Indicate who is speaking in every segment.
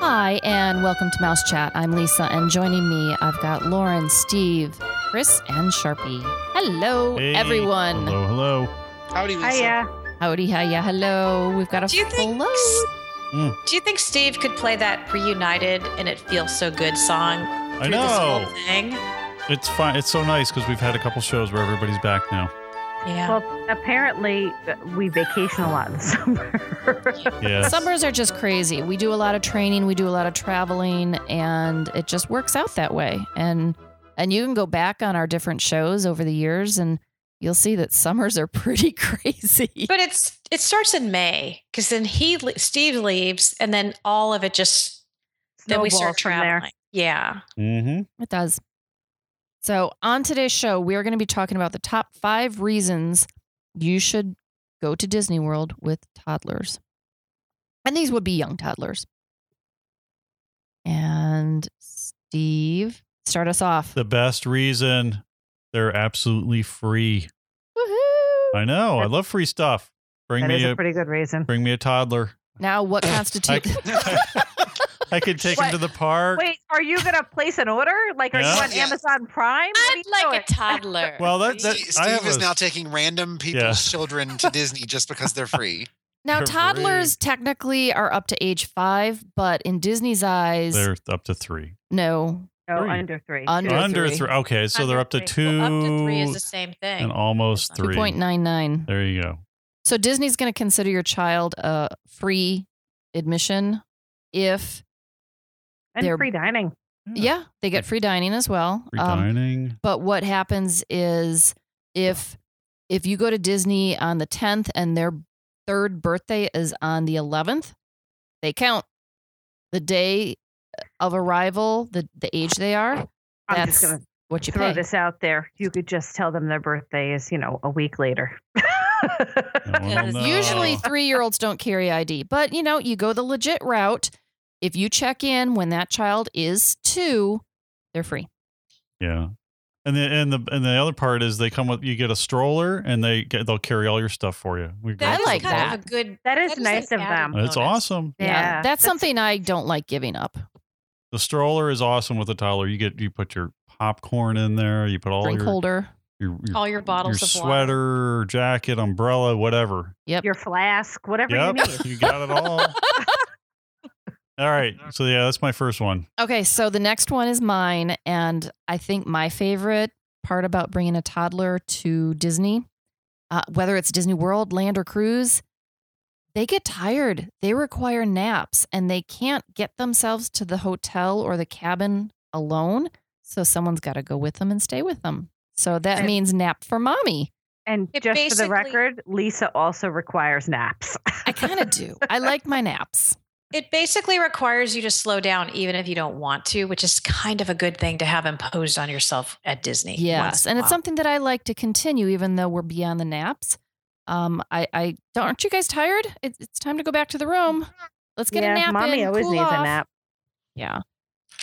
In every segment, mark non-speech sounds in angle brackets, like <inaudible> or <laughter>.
Speaker 1: Hi, and welcome to Mouse Chat. I'm Lisa, and joining me, I've got Lauren, Steve, Chris, and Sharpie. Hello,
Speaker 2: Hey.
Speaker 1: everyone.
Speaker 2: Hello, hello.
Speaker 3: Howdy, Lisa.
Speaker 4: Hiya.
Speaker 1: Howdy, hiya, hello. We've got a
Speaker 5: Do you
Speaker 1: full
Speaker 5: think
Speaker 1: load.
Speaker 2: Mm.
Speaker 5: Do you think Steve could play that "Reunited" and "It Feels So Good" song?
Speaker 2: I
Speaker 5: through This whole
Speaker 2: know.
Speaker 5: thing?
Speaker 2: It's fine. It's so nice because we've had a couple shows where everybody's back now.
Speaker 5: Yeah.
Speaker 4: Well, apparently uh, we vacation a lot in <laughs> the summer.
Speaker 2: Yeah.
Speaker 1: Summers are just crazy. We do a lot of training, we do a lot of traveling, and it just works out that way. And and you can go back on our different shows over the years and you'll see that summers are pretty <laughs> crazy.
Speaker 5: but it's it starts in May because then he le- Steve leaves, and then all of it just then we start
Speaker 4: Snowballs from there.
Speaker 5: traveling. Yeah.
Speaker 2: mm-hmm.
Speaker 1: It does. So, on today's show, we are going to be talking about the top five reasons you should go to Disney World with toddlers. And these would be young toddlers. And Steve, start us off.
Speaker 2: The best reason they're absolutely free.
Speaker 1: Woohoo!
Speaker 2: I know. I love free stuff. Bring
Speaker 4: That is
Speaker 2: me
Speaker 4: a
Speaker 2: a
Speaker 4: pretty good reason.
Speaker 2: bring me a toddler. <laughs>
Speaker 1: Now, what
Speaker 2: I,
Speaker 1: constitutes.
Speaker 2: I could take him
Speaker 4: What?
Speaker 2: to the park.
Speaker 4: Wait, are you gonna place an order? Like, are you
Speaker 2: Yeah.
Speaker 4: on
Speaker 3: Yeah.
Speaker 4: Amazon Prime? What are you doing?
Speaker 5: toddler.
Speaker 2: Well, that-
Speaker 3: Steve,
Speaker 2: that- I have
Speaker 3: Steve is
Speaker 2: a-
Speaker 3: now taking random people's
Speaker 2: Yeah.
Speaker 6: <laughs>
Speaker 3: children to Disney just because they're free.
Speaker 1: <laughs> now,
Speaker 2: They're
Speaker 1: toddlers technically are up to age five, but in Disney's eyes,
Speaker 2: They're up to three.
Speaker 1: no.
Speaker 4: No,
Speaker 2: Three.
Speaker 4: under three.
Speaker 1: Under
Speaker 4: Two.
Speaker 2: Under
Speaker 1: three.
Speaker 2: three. Okay, so they're up to
Speaker 4: Under
Speaker 2: two
Speaker 4: three.
Speaker 5: up to three is the same thing.
Speaker 2: and almost
Speaker 5: That's
Speaker 2: three.
Speaker 1: 2.99.
Speaker 2: There you go.
Speaker 1: So Disney's going to consider your child a free admission if
Speaker 4: and
Speaker 1: They're-
Speaker 4: free dining.
Speaker 1: yeah, they get free dining as well.
Speaker 2: Free
Speaker 1: Um,
Speaker 2: dining.
Speaker 1: but what happens is if if you go to Disney on the 10th and their third birthday is on the 11th, they count the day of arrival, the the age they are,
Speaker 4: I'm
Speaker 1: That's
Speaker 4: just gonna
Speaker 1: what you
Speaker 4: throw
Speaker 1: pay.
Speaker 4: this out there. You could just tell them their birthday is, you know, a week later.
Speaker 2: Well,
Speaker 1: <laughs>
Speaker 2: no.
Speaker 1: Usually, three year olds don't carry ID, but you know, you go the legit route. If you check in when that child is two, they're free.
Speaker 2: Yeah. And the and the and the other part is they come with you get a stroller and they get, they'll carry all your stuff for you. We
Speaker 1: I
Speaker 5: That is
Speaker 1: like
Speaker 5: kind
Speaker 1: that.
Speaker 5: Of a good.
Speaker 4: <laughs> that is
Speaker 5: That is
Speaker 4: nice
Speaker 5: an
Speaker 4: of
Speaker 5: added
Speaker 4: them.
Speaker 2: That's
Speaker 5: Bonus.
Speaker 2: awesome.
Speaker 4: Yeah,
Speaker 1: that's
Speaker 4: that's-
Speaker 1: something I don't like giving up.
Speaker 2: The stroller is awesome with a toddler. You get you put your popcorn in there. You put all
Speaker 1: Drink
Speaker 2: your,
Speaker 1: holder.
Speaker 2: your your,
Speaker 5: All your bottles
Speaker 2: your
Speaker 5: of water.
Speaker 2: sweater, jacket, umbrella, whatever.
Speaker 4: Your flask, whatever
Speaker 2: Yep,
Speaker 4: you need.
Speaker 2: you got it all. all right. So yeah, that's my first one.
Speaker 1: Okay, so the next one is mine, and I think my favorite part about bringing a toddler to Disney, uh, whether it's Disney World, Land, or Cruise, they get tired. They require naps, and they can't get themselves to the hotel or the cabin alone. So someone's got to go with them and stay with them. So that
Speaker 4: And-
Speaker 1: means nap for mommy.
Speaker 4: And
Speaker 5: It
Speaker 4: just for the
Speaker 5: basically-
Speaker 4: record, Lisa also requires naps.
Speaker 1: I kind of do. I like my naps.
Speaker 5: It basically requires you to slow down, even if you don't want to, which is kind of a good thing to have imposed on yourself at Disney.
Speaker 1: Yes, and it's something
Speaker 5: something.
Speaker 1: that I like to continue, even though we're beyond the naps. Um, I, I don't. Aren't you guys tired? It, it's time to go back to the room. Let's get
Speaker 4: Mm-hmm. yeah,
Speaker 1: a nap.
Speaker 4: mommy
Speaker 1: in,
Speaker 4: always
Speaker 1: cool
Speaker 4: needs
Speaker 1: off.
Speaker 4: a nap.
Speaker 1: Yeah.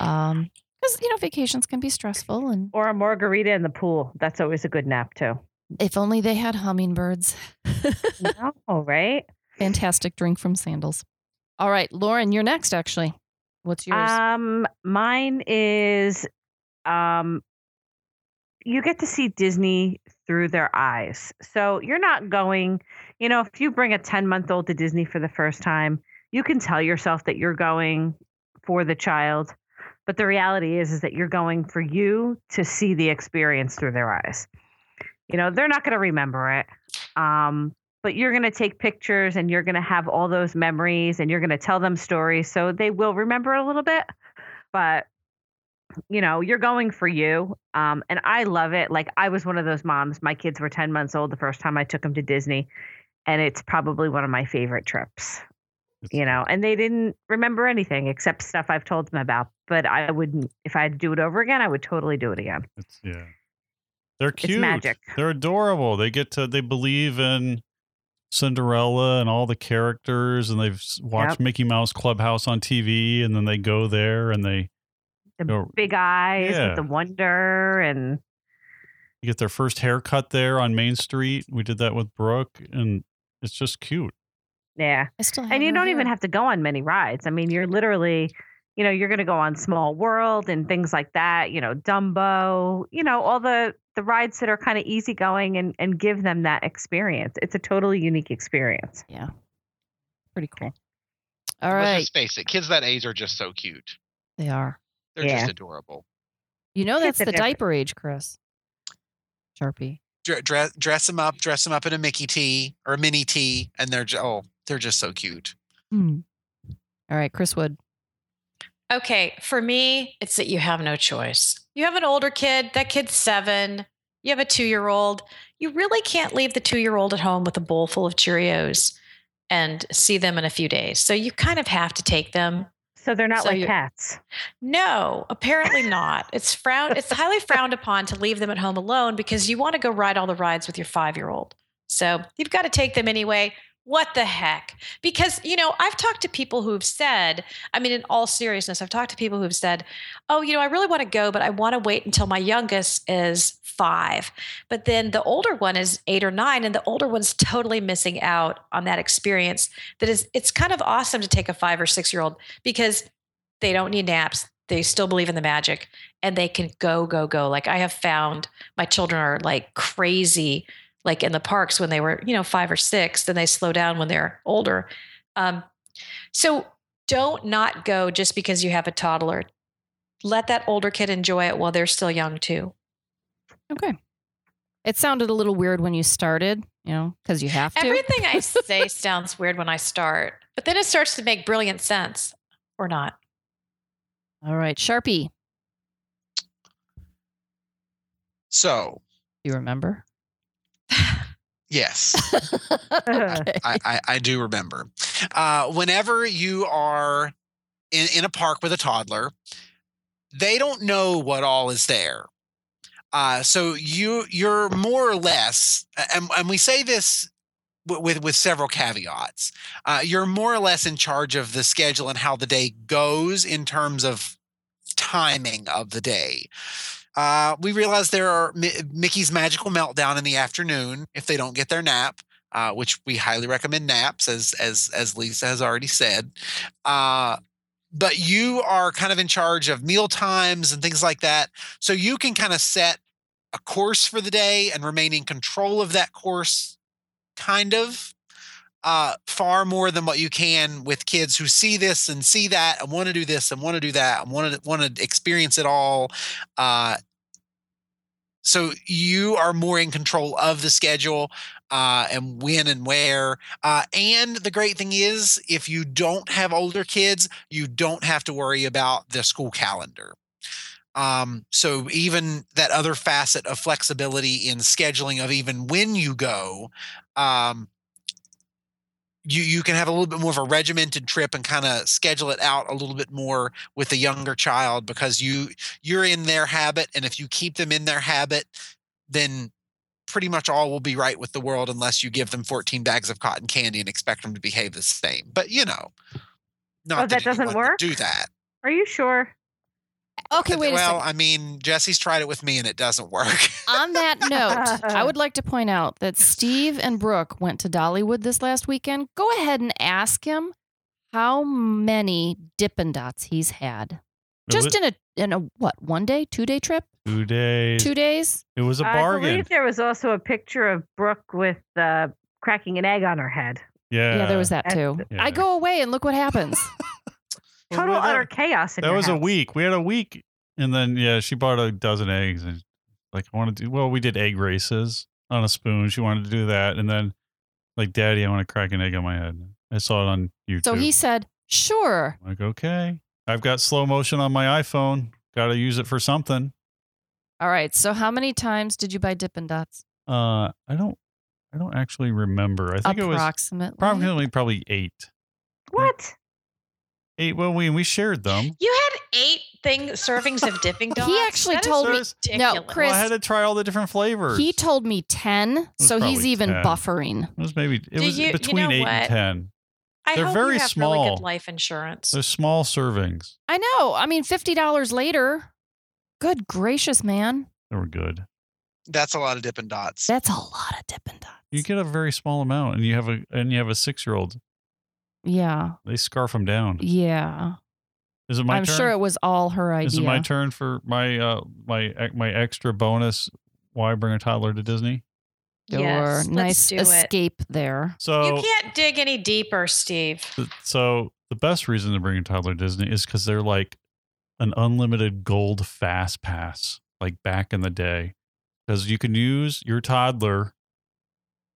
Speaker 1: Um, because you know vacations can be stressful, and
Speaker 4: Or a margarita in the pool. That's always a good nap too.
Speaker 1: if only they had hummingbirds.
Speaker 4: no, right?
Speaker 1: Fantastic drink from Sandals. All right, Lauren, you're next. Actually, what's yours?
Speaker 4: Um, mine is, um, you get to see Disney through their eyes. So you're not going. You know, if you bring a ten month old to Disney for the first time, you can tell yourself that you're going for the child, but the reality is is that you're going for you to see the experience through their eyes. You know, they're not going to remember it. Um, but you're going to take pictures and you're going to have all those memories and you're going to tell them stories so they will remember a little bit but you know you're going for you um, and i love it like i was one of those moms my kids were 10 months old the first time i took them to disney and it's probably one of my favorite trips you know and they didn't remember anything except stuff i've told them about but i wouldn't if i had to do it over again i would totally do it again
Speaker 2: It's yeah. They're cute.
Speaker 4: magic.
Speaker 2: They're adorable. They get to they believe in Cinderella and all the characters and they've s- watched
Speaker 4: Yep.
Speaker 2: Mickey Mouse Clubhouse on TV and then they go there and they
Speaker 4: The
Speaker 2: go-
Speaker 4: big eyes
Speaker 2: Yeah.
Speaker 4: with the wonder and
Speaker 2: you get their first haircut there on Main Street. We did that with Brooke and it's just cute.
Speaker 4: Yeah.
Speaker 1: I still have
Speaker 4: And you
Speaker 1: her
Speaker 4: don't
Speaker 1: here.
Speaker 5: Mm-hmm.
Speaker 4: even have to go on many rides. I mean, you're literally, you know, you're going to go on Small World and things like that, you know, Dumbo, you know, all the the rides that are kind of easygoing and and give them that experience. It's a totally unique experience.
Speaker 1: Pretty cool. All
Speaker 6: Let's
Speaker 1: right,
Speaker 6: just face it, kids that age are just so cute.
Speaker 1: they are.
Speaker 6: They're
Speaker 4: Yeah.
Speaker 6: just adorable.
Speaker 1: You know that's
Speaker 4: Kids are
Speaker 1: the
Speaker 4: different.
Speaker 1: diaper age, Chris. Sharpie.
Speaker 3: Dre- Dress, dress them up, dress them up in a Mickey tee or a mini tee, and they're ju- oh, they're just so cute.
Speaker 1: Hmm. All right, Chris Wood.
Speaker 5: Okay, for me, it's that you have no choice. You have an older kid, that kid's seven, you have a two year old. You really can't leave the two year old at home with a bowl full of Cheerios and see them in a few days. So you kind of have to take them.
Speaker 4: So they're not
Speaker 5: So
Speaker 4: like
Speaker 5: you-
Speaker 4: cats.
Speaker 5: No, apparently not. It's frowned it's highly frowned upon to leave them at home alone because you want to go ride all the rides with your five year old. So you've got to take them anyway. What the heck? Because, you know, I've talked to people who've said, I mean, in all seriousness, I've talked to people who've said, oh, you know, I really want to go, but I want to wait until my youngest is five. But then the older one is eight or nine, and the older one's totally missing out on that experience. That is, it's kind of awesome to take a five or six year old because they don't need naps. They still believe in the magic and they can go, go, go. Like I have found my children are like crazy, like in the parks when they were, you know, five or six, then they slow down when they're older. Um, so don't not go just because you have a toddler. Let that older kid enjoy it while they're still young too.
Speaker 1: Okay. It sounded a little weird when you started, you know, because you have to.
Speaker 5: Everything
Speaker 1: <laughs>
Speaker 5: I say sounds weird when I start, but then it starts to make brilliant sense or not.
Speaker 1: All right, Sharpie.
Speaker 3: So
Speaker 1: You remember?
Speaker 3: yes.
Speaker 1: Okay.
Speaker 3: I, I, I do remember. Uh, whenever you are in, in a park with a toddler, they don't know what all is there. Uh, so you you're more or less, and, and we say this with with, with several caveats. Uh, you're more or less in charge of the schedule and how the day goes in terms of timing of the day. Uh, we realize there are Mi- Mickey's magical meltdown in the afternoon if they don't get their nap uh, which we highly recommend naps, as as as Lisa has already said. Uh, but you are kind of in charge of meal times and things like that, so you can kind of set a course for the day and remain in control of that course, kind of. Uh, far more than what you can with kids who see this and see that and want to do this and want to do that and want to want to experience it all. Uh, so you are more in control of the schedule uh, and when and where. Uh, and the great thing is, if you don't have older kids, you don't have to worry about the school calendar. Um, so even that other facet of flexibility in scheduling of even when you go, um, you you can have a little bit more of a regimented trip and kind of schedule it out a little bit more with a younger child because you you're in their habit, and if you keep them in their habit, then pretty much all will be right with the world unless you give them 14 bags of cotton candy and expect them to behave the same. But you know, not
Speaker 4: Oh, that doesn't
Speaker 3: anyone would
Speaker 4: work?
Speaker 3: Do that.
Speaker 4: Are you sure?
Speaker 1: okay, wait a
Speaker 3: well,
Speaker 1: second.
Speaker 3: I mean, Jesse's tried it with me and it doesn't work. <laughs>
Speaker 1: On
Speaker 5: <laughs>
Speaker 1: that note, I would like to point out that Steve and Brooke went to Dollywood this last weekend. Go ahead and ask him how many Dippin' Dots he's had.
Speaker 2: It
Speaker 1: Just
Speaker 2: was
Speaker 1: in a in a what one day, two day trip,
Speaker 2: two days.
Speaker 1: two days.
Speaker 2: It was a
Speaker 4: I
Speaker 2: bargain.
Speaker 4: believe there was also a picture of Brooke with uh, cracking an egg on her head.
Speaker 2: Yeah.
Speaker 1: yeah, there was that too.
Speaker 2: Yeah.
Speaker 1: I go away and look what happens.
Speaker 2: Well,
Speaker 4: Total
Speaker 2: that-
Speaker 4: utter chaos. In
Speaker 2: That
Speaker 4: your
Speaker 2: was a
Speaker 4: house.
Speaker 2: week. We had a week, and then yeah, she bought a dozen eggs, and like I want to do. Well, we did egg races on a spoon. She wanted to do that, and then like, Daddy, I want to crack an egg on my head. I saw it on YouTube.
Speaker 1: so he said, "Sure."
Speaker 2: I'm like, okay, I've got slow motion on my iPhone. Got to use it for something.
Speaker 1: All right. So how many times did you buy Dippin' Dots?
Speaker 2: Uh, I don't, I don't actually remember. I think it was
Speaker 1: Approximately.
Speaker 2: probably probably eight.
Speaker 4: What?
Speaker 2: Eight. Well, we we shared them.
Speaker 5: You had eight thing servings of <laughs> dipping dots.
Speaker 1: actually
Speaker 5: That is
Speaker 1: told
Speaker 2: me-
Speaker 5: ridiculous.
Speaker 1: No,
Speaker 2: Well,
Speaker 1: Chris-
Speaker 2: I had to try all the different flavors.
Speaker 1: He told me 10,
Speaker 2: was
Speaker 1: so he's
Speaker 2: probably
Speaker 1: even
Speaker 2: 10.
Speaker 1: buffering.
Speaker 2: it was maybe it
Speaker 5: Do
Speaker 2: was
Speaker 5: you- you
Speaker 2: between
Speaker 5: know
Speaker 2: eight and
Speaker 5: what?
Speaker 2: ten.
Speaker 5: I
Speaker 2: They're
Speaker 5: hope
Speaker 2: very
Speaker 5: you have Really
Speaker 2: small.
Speaker 5: good life insurance.
Speaker 2: They're small servings.
Speaker 1: I know. I mean, $50 later. Good gracious, man.
Speaker 2: They were good.
Speaker 3: That's a lot of dipping dots.
Speaker 1: That's a lot of Dippin' Dots.
Speaker 2: You get a very small amount, and you have a and you have a six year old.
Speaker 1: Yeah.
Speaker 2: They scarf him down.
Speaker 1: Yeah.
Speaker 2: Is it my
Speaker 1: I'm
Speaker 2: turn?
Speaker 1: sure it was all her idea.
Speaker 2: Is it my turn for my uh my my extra bonus? Why bring a toddler to Disney?
Speaker 1: There
Speaker 5: yes,
Speaker 1: were nice
Speaker 5: let's do it.
Speaker 1: escape there.
Speaker 2: So
Speaker 5: you can't dig any deeper, Steve.
Speaker 2: th- so the best reason to bring a toddler to Disney is because they're like an unlimited gold fast pass, like back in the day, because you can use your toddler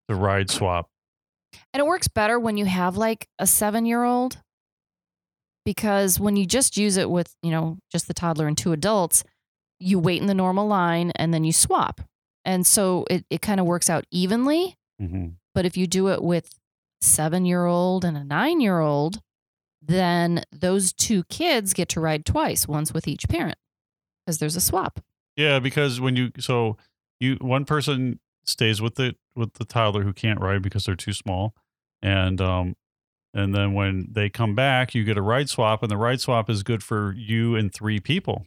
Speaker 2: to ride swap.
Speaker 1: And it works better when you have like a seven year old because when you just use it with, you know, just the toddler and two adults, you wait in the normal line and then you swap. And so it, it kind of works out evenly.
Speaker 2: Mm-hmm.
Speaker 1: But if you do it with seven year old and a nine year old, then those two kids get to ride twice, once with each parent because there's a swap.
Speaker 2: Yeah, because when you so you one person stays with the with the toddler who can't ride because they're too small, and um and then when they come back, you get a ride swap, and the ride swap is good for you and three people.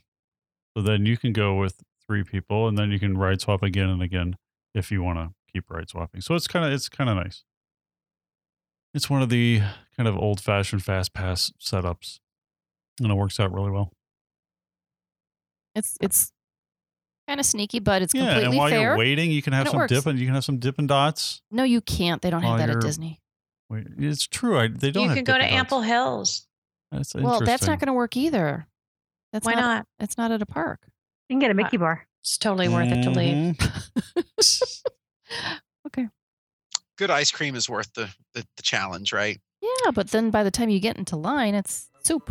Speaker 2: So then you can go with three people, and then you can ride swap again and again if you want to keep ride swapping. So it's kind of it's kind of nice. It's one of the kind of old fashioned fast pass setups, and it works out really well.
Speaker 1: It's, it's kind of sneaky, but it's
Speaker 2: yeah,
Speaker 1: completely
Speaker 2: and while
Speaker 1: fair.
Speaker 2: you're waiting, you can have
Speaker 1: and it
Speaker 2: some
Speaker 1: works.
Speaker 2: dip and you can have some dippin' dots.
Speaker 1: no, you can't. They don't
Speaker 2: While
Speaker 1: have that at
Speaker 2: you're-
Speaker 1: Disney.
Speaker 2: Wait, it's true. I, they don't.
Speaker 5: You
Speaker 2: have
Speaker 5: can go to
Speaker 2: Dippin' Dots.
Speaker 5: Ample Hills.
Speaker 2: That's
Speaker 1: Well, that's not
Speaker 2: interesting.
Speaker 1: going to work either. That's
Speaker 5: Why not?
Speaker 1: That's not at a park.
Speaker 4: You can get a Mickey bar.
Speaker 5: It's totally worth it to leave.
Speaker 2: Mhm.
Speaker 6: Good ice cream is worth the, the, the challenge, right?
Speaker 1: Yeah, but then by the time you get into line, it's soup.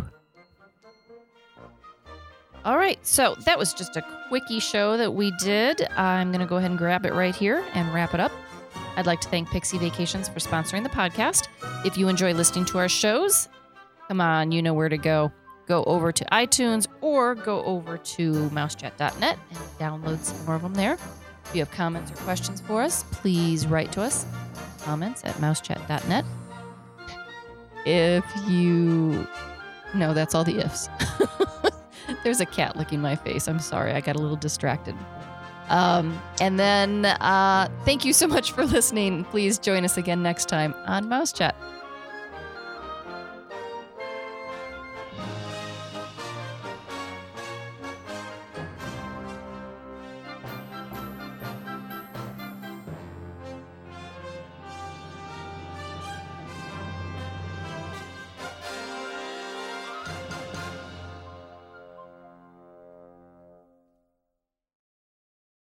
Speaker 1: All right, so that was just a quickie show that we did. I'm going to go ahead and grab it right here and wrap it up. I'd like to thank Pixie Vacations for sponsoring the podcast. If you enjoy listening to our shows, come on, you know where to go. Go over to iTunes or go over to mousechat.net and download some more of them there. If you have comments or questions for us, please write to us comments at mousechat.net. If you. No, that's all the ifs. <laughs> There's a cat licking my face. I'm sorry. I got a little distracted. Um, and <laughs> then uh, thank you so much for listening. Please join us again next time on Mouse Chat.